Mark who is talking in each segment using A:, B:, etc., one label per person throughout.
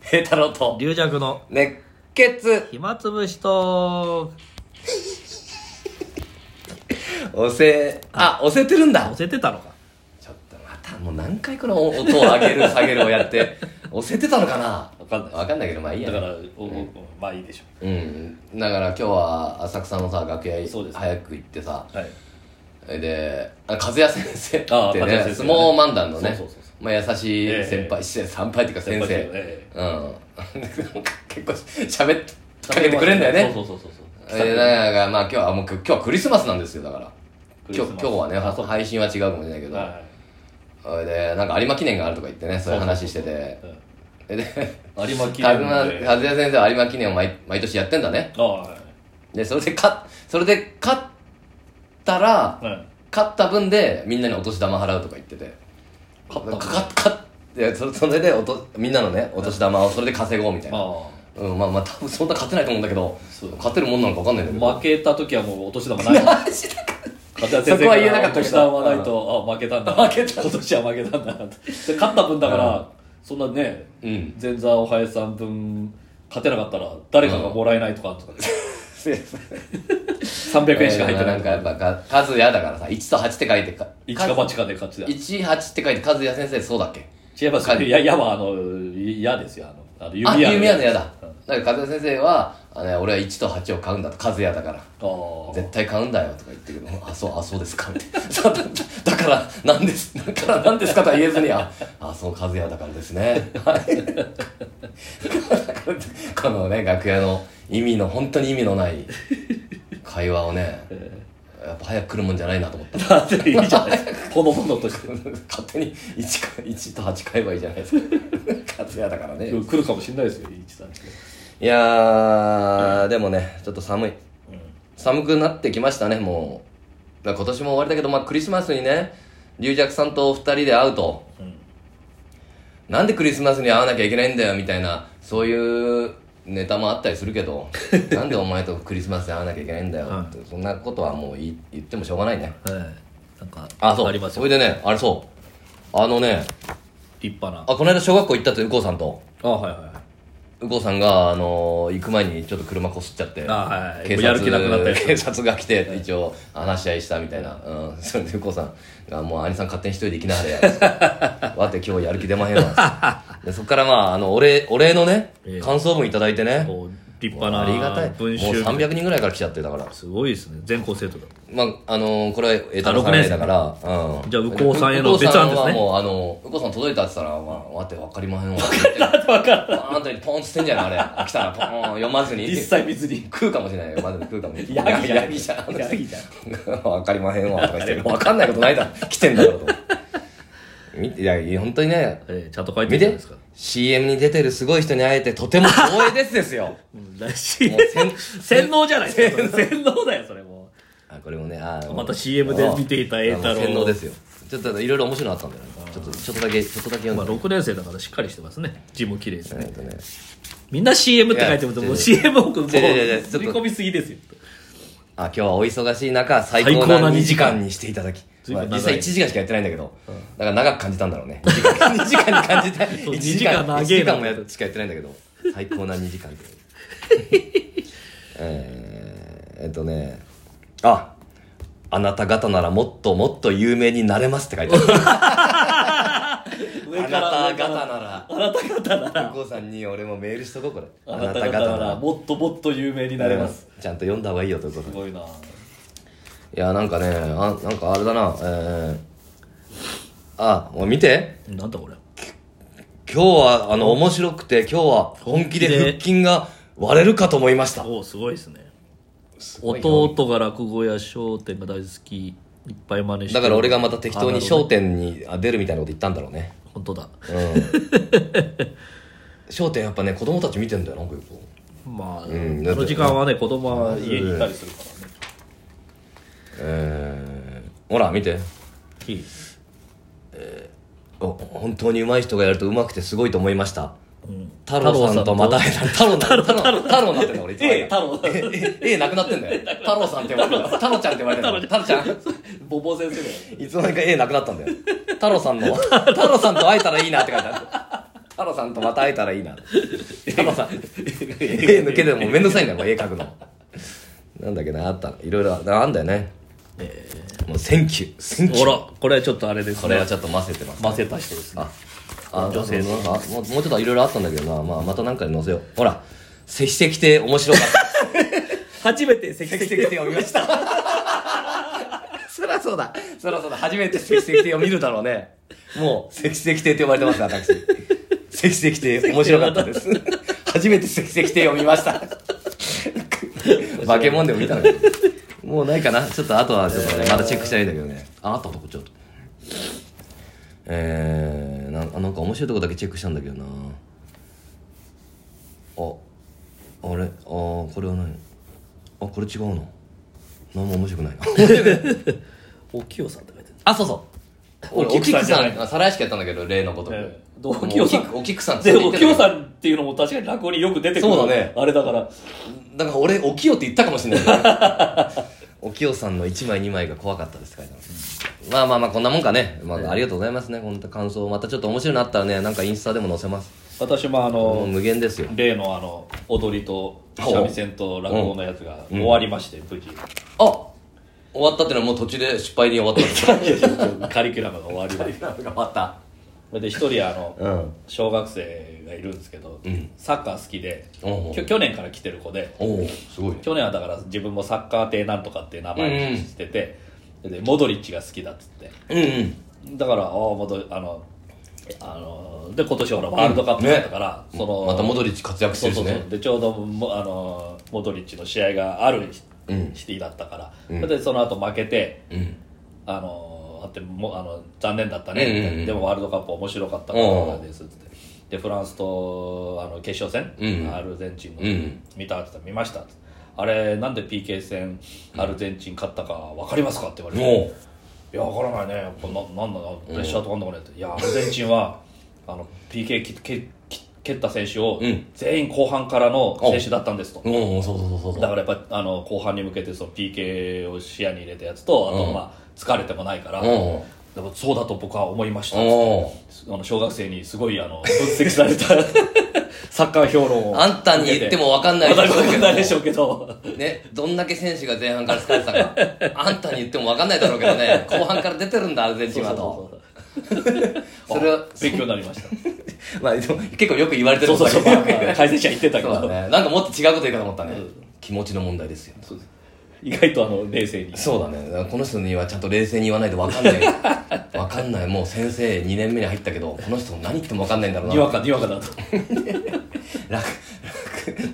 A: 平太郎と
B: 龍尺の
A: 熱血
B: 暇つぶしと
A: 押せあ押せてるんだ
B: 押せてたのか
A: ちょっとまたもう何回この音を上げる下げるをやって押せてたのかな
C: わかんない
A: わかんないけどまあいいや
C: だからおお
A: う
C: おまあいいでしょ
A: うんだから今日は浅草のさ楽屋
C: そうです
A: 早く行ってさ
C: うはい
A: であ和也先生って
C: あ和也
A: ね
C: 先生
A: 相撲漫談のね
C: そうそうそうそ
A: まあ優しい先輩、先輩っていうか先生
C: 先輩です
A: うん なんか結構喋ってかけてくれんだよね
C: そうそうそうそう
A: えー、だから、まあ今日は、もう今日はクリスマスなんですよ、だから。
C: クリス
A: 今
C: マ
A: 日
C: ス
A: 今日はね、
C: あそう
A: 配信は違うかもしれないけど、
C: は
A: それで、なんか有馬記念があるとか言ってね、そういう話してて
C: い、うん
A: えで、
C: 有馬記
A: 和
C: 念
A: 也
C: で
A: 和也先生は有馬記念を毎毎年やってんだね。
C: あはい
A: で、それで勝っ、それで勝ったら、
C: はい
A: 勝った分でみんなにお年玉払うとか言ってて、
C: 勝った
A: か
C: 分
A: かかって、そそれでおと、みんなのね、お年玉をそれで稼ごうみたいな。
C: あ
A: うん、まあまあ多分そんな勝てないと思うんだけど
C: そう、
A: 勝てるもんなのか分かんないんだけど。
C: あ負けた時はもうお年玉ない 勝田先生
A: そこは言えなかったけど
C: お年玉ないとあ負けたん だ負けた今年は負けたんだなとで勝った分だから、
A: うん
C: そんなね
A: うん。
C: 前座おはやさん分勝てなかったら誰かがもらえないとかあるとか、 ね300円しか入ってない
A: ん
C: と
A: か
C: か、
A: やっぱか数やだからさ1と8って書いてか
C: 一か八かで勝ちだ
A: 1 8って書いて和也先生そうだっけ
C: 違います
A: か
C: よ。いや、矢は、あの、い矢ですよ。あの、あの
A: あ
C: 矢
A: 弓矢の矢だ
C: うん
A: だから和也先生はあの俺は1と8を買うんだと和也だから
C: あー
A: 絶対買うんだよとか言ってるけどあそうあそうですかみたいなそうだ だからなんですだからなんですかとは言えずにああそう和也だからですね はいこのね楽屋の意味の本当に意味のない会話をね
C: え
A: やっぱ早く来るもんじゃないなと思った
C: ーだっていいじゃないですか。ほのぼのとして。
A: 勝手に 1, か1と8買えばいいじゃないですか勝つやだから ね
C: 来るかもしれないですよ、一さん。
A: いやーでもねちょっと寒い寒くなってきましたねもうだから今年も終わりだけど、まあ、クリスマスにね龍尺さんとお二人で会うと
C: うん。
A: なんでクリスマスに会わなきゃいけないんだよみたいなそういうネタもあったりする けどなんでお前とクリスマスで会わなきゃいけないんだよって、そんなことはもう言い言ってもしょうがないね
B: はいなんか
A: あそう
B: あります
A: そ
B: よ
A: れでねあれそうあのね
B: 立派な
A: あこの間小学校行ったって右近さんと
B: あはいはいは
A: 右近さんが、あのー行く前にちょっと車こすっちゃって、
B: あはい
A: 警察
B: やる気なくなったやつ
A: 警察が来て、一応話し合いしたみたいな、うん、 それで右近さんが、もう兄さん勝手に一人で行きなはれや、 わて今日やる気出まへん わ。でそこからまあ、あの、お礼、お礼のね
B: ええ、
A: 感想文いただいてね
B: い、こう立
A: もう
B: 派な
A: ありがたい。もう
B: 文集
A: 300人ぐらいから来ちゃって、だから。
B: すごいですね全校生徒だ
A: まあ、あのーこれは枝野さん以来だから、うん。
B: じゃあ右近さんへの別案ですね
A: 右近さんはもう、あの、右近さん届いたって言ったら、まあ、わてわかりまへんわ。わかった。あんたにポンって捨てんじゃないあれ。来たらポン、読まずに。
C: 一切見ずに。
A: 食うかもしれないよ、まず食うかもしれない。
C: ヤギじゃん。
A: ヤギじゃん。
C: ヤギじゃん。
A: わかりまへんわ、とか言って。わかんないことないだろ。来てんだろ、と。見ていや、本当にね、
B: えーちゃんと書いてる
A: 見
B: じゃないで
A: て
B: すか
A: CM に出てるすごい人に会えてとても光栄ですですよ
B: うんらしい
A: もうせん
B: 洗脳じゃないです かそれ洗脳だよそれも
A: あこれもねあー
B: また CM で見ていた栄太郎
A: あの洗脳ですよちょっといろいろ面白いのあったんだよねちょっとちょっとだけちょっとだけ読ん
B: まあ
A: で、
B: 6年生だからしっかりしてますね字も綺麗です
A: え
B: ね
A: っとね
B: みんな CM って書いてるともう
A: い
B: CM をもう
A: 違う違う違うちょっと
B: 刷り込みすぎですよ
A: あ今日はお忙しい中最高
B: 最高
A: な
B: な2
A: 2時
B: 時
A: 間
B: 間
A: にしていただき、
B: 随
A: まあ
B: 分長い
A: 実際1時間しかやってないんだけど、だから長く感じたんだろうね2時間2時間に感じて
B: そう
A: 1
B: 2時間長えな
A: 1時間もやしかやってないんだけど最高な2時間って えーえっとねああなた方ならもっともっと有名になれますって書いてある
C: 上
A: あ
C: から
A: な
C: 上か
A: た方な
C: ら
A: ら
C: あなた方なら、
A: 向こうさんに俺もメールしとこうこれ
C: あなた方なら、もっともっと有名になれま
A: う
C: す。
A: んちゃんと読んだ方がいいよということ
C: す
A: でい
C: ごいな
A: やなんかねあなんかあれだなえー、あもう見て
B: なんだこれ
A: 今日はあの面白くて今日は本気で
B: 本気で
A: 腹筋が割れるかと思いました
B: おおすごいですね
A: ごいな
B: 弟が落語や笑点が大好きいっぱい真似して
A: だから俺がまた適当に『
B: 点
A: 笑点』にあ出るみたいなこと言ったんだろうね
B: 本当だ
A: うん 『笑点』やっぱね子供たち見てんだよなんかよく
B: まあ、
A: ん
B: この時間はね子供は
C: 家
B: 家
C: に
B: に
C: いたりするからね。
A: えー、ほら見て
B: き
A: お本当に上手い人がやると上手くてすごいと思いました
B: うん
A: 太郎さんとまた会えた 太郎な太郎太郎になってんだ俺いつも
C: A 太郎
A: えええなくなってんだ よ太郎さんって呼ばれてる太郎ちゃんって呼ばれてる太郎ちゃん
C: ボボ先生だよ。
A: いつの間にか絵なくなったんだよ。太郎さんの、太郎さんと会えたらいいなって書いてある。太郎さんとまた会えたらいいな太 郎さん絵抜けてもうめんどくさいんだよもう絵描くのなんだっけなあったいろいろああんだよねもうセンキューセンキ
B: ほ
A: ュー
B: らこれはちょっとあれですね
A: これはちょっと混ぜてます
C: 混ぜた人ですね
A: ああ
B: 女性の
A: なんかあもうもうちょっといろいろあったんだけどな、まあ、またなんかに載せようほら石石亭面白かった
B: 初めて積
A: セキ
B: 々
A: セキテを見ました。 そりゃそうだ。そりゃそうだ。初めてセキセキテを見るだろうね。もう、セキセキテって呼ばれてます、私。セキセキテ、面白かったです。初めてセキセキテを見ました。化け物でも見たのにもうないかな。ちょっとあとは、ちょっとね、まだチェックしたいんだけどね。あ、あったとこちょっと。えー、なんなんか面白いとこだけチェックしたんだけどなああれあーこれは何あこれ違うな何も面白くないな
B: お清さんって書いて
A: あそうそう俺お
C: お菊
A: 菊
C: さんじゃ
A: さ
C: ない
A: ん再来しかやったんだけど例のこと
C: ええ
A: もう
C: お菊さん
A: お菊お菊さん
C: で
A: そう言
C: お
A: って
C: 清
A: た
C: さんっていうのも確かに落語によく出てくる
A: そうだね
C: あれだから
A: だから俺お清って言ったかもしれない お清さんの1枚2枚が怖かったですって書いてますまあまあまあこんなもんかね、まあ、ありがとうございますねこんな感想またちょっと面白いのあったらねなんかインスタでも載せます
C: 私もあ
A: もう
C: の
A: 無限ですよ
C: 例のあの踊りと三味線と落語のやつが
A: うん
C: 終わりまして無 事
A: あ終わったってのはもう途中で失敗に終わったんです
C: カリキュラムが終わりまし
A: なんか終わった
C: たで一人あの
A: うん
C: 小学生がいるんですけど、
A: うん
C: サッカー好きで
A: おう
C: きょ去年から来てる子で
A: おおすごい
C: 去年はだから自分もサッカー亭なんとかっていう名前にしてて、でモドリッチが好きだっつって
A: うんうん
C: だからああモドリあのあので今年ほらワールドカップだったから、その
A: またモドリッチ活躍して
C: そう
A: る
C: そ
A: し
C: う
A: ね
C: そうでちょうどもあのモドリッチの試合があるシ
A: うん
C: シティだったから、
A: うん
C: でその後負けて
A: うん
C: あのあってもあの残念だったねみたいな、
A: うんうんうん
C: でもワールドカップ面白かったからですってでフランスとあの決勝戦、
A: うん
C: アルゼンチンの、
A: うん
C: 見たって言ったら見ましたってあれなんで PK 戦アルゼンチン勝ったか分かりますかって言われて、
A: も
C: いや分からないねこれななんだなプレッシャーとかなんだかねって、いやアルゼンチンは あの PK きけき蹴った選手を
A: うん
C: 全員後半からの選手だったんですと、
A: ううんそうそうそうそう
C: だからやっぱあの後半に向けてその PK を視野に入れたやつとあと、
A: うん
C: まあ疲れてもないから、
A: うんうん
C: でもそうだと僕は思いました
A: お
C: あの小学生にすごいあの分析された サッカー評論を
A: あんたに言っても分かんない
C: 分
A: でしょうけど
C: かんないでしょうけど
A: ねどんだけ選手が前半から疲れてたかあんたに言っても分かんないだろうけどね後半から出てるんだアルゼンチンは とそれは
C: 勉強になりました
A: まあ でも結構よく言われてる
C: そ
A: ん
C: うそうそう
A: だけ ど
C: 解説者言ってたけ
A: そうだ
C: ど、
A: ねなんかもっと違うこと言うかと思ったね
C: うん
A: 気持ちの問題ですよ
C: そうです意外とあの冷静に
A: そうだねだからこの人にはちゃんと冷静に言わないと分かんない分かんないもう先生2年目に入ったけどこの人何言っても分かんないんだろうな
C: にわかにわかだと
A: 落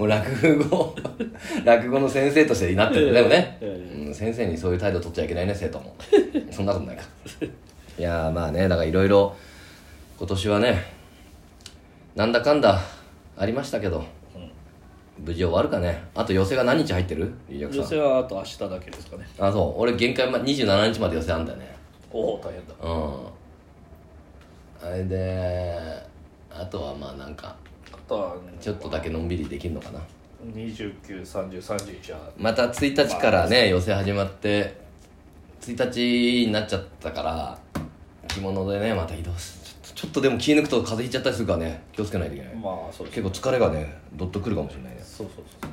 A: 落もう落語落語の先生としてなってるんだよね、
C: ええ
A: うん先生にそういう態度取っちゃいけないね生徒も そんなことないかいやーまあねだからいろいろ今年はねなんだかんだありましたけど、無事終わるかねあと寄せが何日入ってるリリアクさん
C: 女性はあと明日だけですかね
A: あそう俺限界ま27日まで寄せあんだよね
C: おお大変だ
A: うんあれであとはまあなんか
C: あとは
A: ちょっとだけのんびりできるのかな
C: 293031は
A: また1日からね寄せ始まって1日になっちゃったから着物でねまた移動すちょっとちょっとでも気抜くと風邪ひいちゃったりするからね気をつけないといけない
C: まあそうです
A: 結構疲れがねどっとくるかもしれないね
C: そうそうそ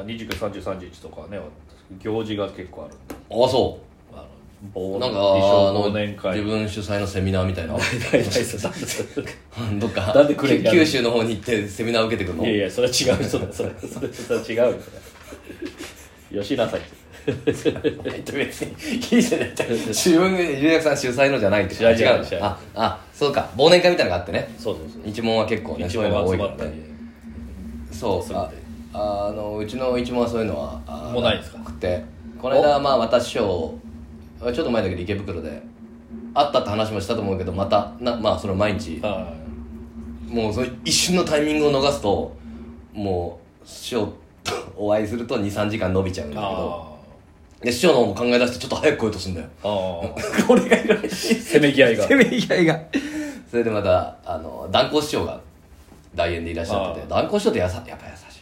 C: うな293031とかね行事が結構あるんで
A: ああそ
C: あの
A: う
C: 忘
A: なんかあ
C: 忘
A: の
C: 年会
A: 自分主催のセミナーみ たいな
C: 大体そうだ
A: どっか
C: なんでくれんやろ
A: 九州の方に行ってセミナー受けてくるの
C: いやいや、それは違う人 だ、それ、それ、それは違うよ。よしな さい。
A: 別にいいじゃない自分がゆうやくさん主催のじゃないって
C: 違う違う
A: の
C: 違う
A: ああそうか忘年会みたいなのがあってね
C: そうそうそう。
A: 一門は結構ね
C: 一
A: そういう
C: 番
A: のが
C: 集
A: 多いか
C: ま
A: ら
C: った
A: ね
C: り。
A: そうああのうちの一門はそういうのはあ
C: もうないですか
A: くてこの間まあ私師匠ちょっと前だけど池袋で会ったって話もしたと思うけどまたなまあその毎日
C: は
A: もうその一瞬のタイミングを逃すともう師匠とお会いすると23時間伸びちゃうん
C: い。
A: だけど
C: あ
A: で師匠の方も考え出してちょっと早く来ようとするんだよ
C: あ。ああ。
A: これがいらしい
C: せめぎ合いが。
A: せめぎ合いがそれでまたあの断交師匠が大演でいらっしゃってて
C: ああ
A: 断交師匠ってやさやっぱ優しい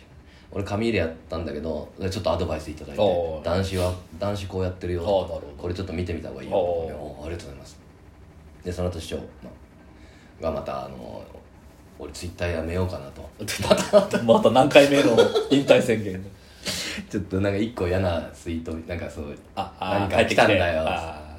A: 俺紙入れやったんだけどちょっとアドバイスいただいて
C: おう
A: 男子は男子こうやってるよ
C: ああなるほど
A: これちょっと見てみた方がいいよ
C: おう
A: おうありがとうございますでその後師匠まがまたあの俺ツイッターやめようかなと
C: またまた何回目の引退宣言
A: ちょっとなんか一個嫌なツイートなんかそう
C: あ
A: 何
C: あ
A: か来たんだよ
C: あ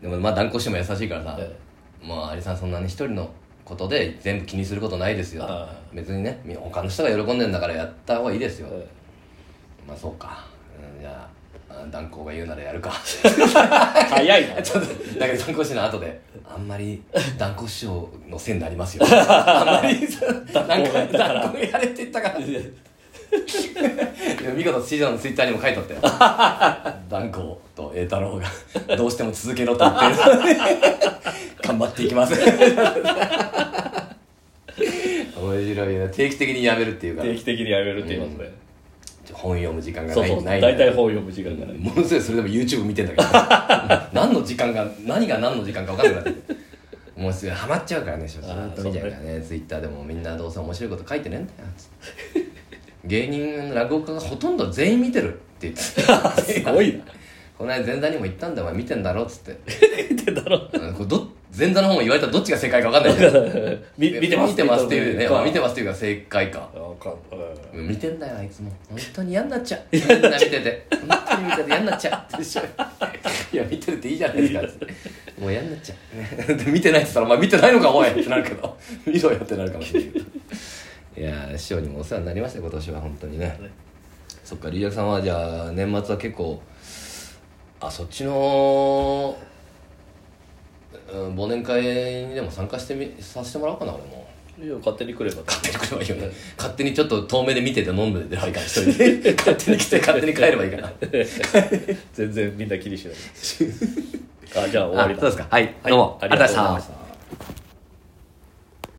A: でもまあ断固しても優しいからさ、
C: え
A: まあ有さんそんなに一人のことで全部気にすることないですよ
C: ああ
A: 別にねみ他の人が喜んでんだからやった方がいいですよ、
C: え
A: まあそうか、うん、じゃああ断固が言うならやるか
C: え早いな
A: ちょっとだけど断固師の後であんまり断固師匠のせいになります よあんまりそなんか断固やれって言ったからでも見事師匠のツイッターにも書いとったよ断固と栄太郎がどうしても続けろと言ってる頑張っていき ます面白いな定期的にやめるっていうから
C: 定期的にやめるって言いますね、
A: 本読む時間が
C: そ
A: な
C: う
A: い
C: そう
A: ない
C: 大体本読む時間がない、
A: ものすごいそれでも YouTube 見てんだけど ね何の時間が何が何の時間か分かんなくなってくるもうすぐハマっちゃうからねずっと見ちゃうからね Twitter でもみんなどうせ面白いこと書いてねえんだよつって芸人の落語家がほとんど全員見てるって言ってす
C: ごいな
A: この間前座にも言ったんだよお前見てんだろっつって
C: 見てんだろ
A: うんこれど前座の方も言われたらどっちが正解か分かんないじゃん
C: み 見てます
A: 見てますっていうねまあ見て
C: ま
A: ますっていうか正解か
C: すわかんうん
A: 見てんだよあいつも本当に嫌になっちゃう みんな見てて本当に見てて嫌になっちゃうでしょ いや見てるっていいじゃないですかつってもう嫌になっちゃう で見てないって言ったら「お前見てないのかおい!」ってなるけど 見ろよってなるかもしれないけど いやー師匠にもお世話になりました今年は本当にねそっか龍役さんはじゃあ年末は結構あそっちの、うん、忘年会にでも参加してみさせてもらおうかな俺も。
C: いや勝手に来れば
A: 勝手に来ればいいよね 勝手にちょっと遠目で見てて飲んでればいいから一人で 勝手に来て勝手に帰ればいいから
C: 全然みんな気にしないあじゃあ終わ
A: あ
C: り
A: そう
C: だ
A: ですかはい、
C: はい
A: どうもありがとうございました
C: た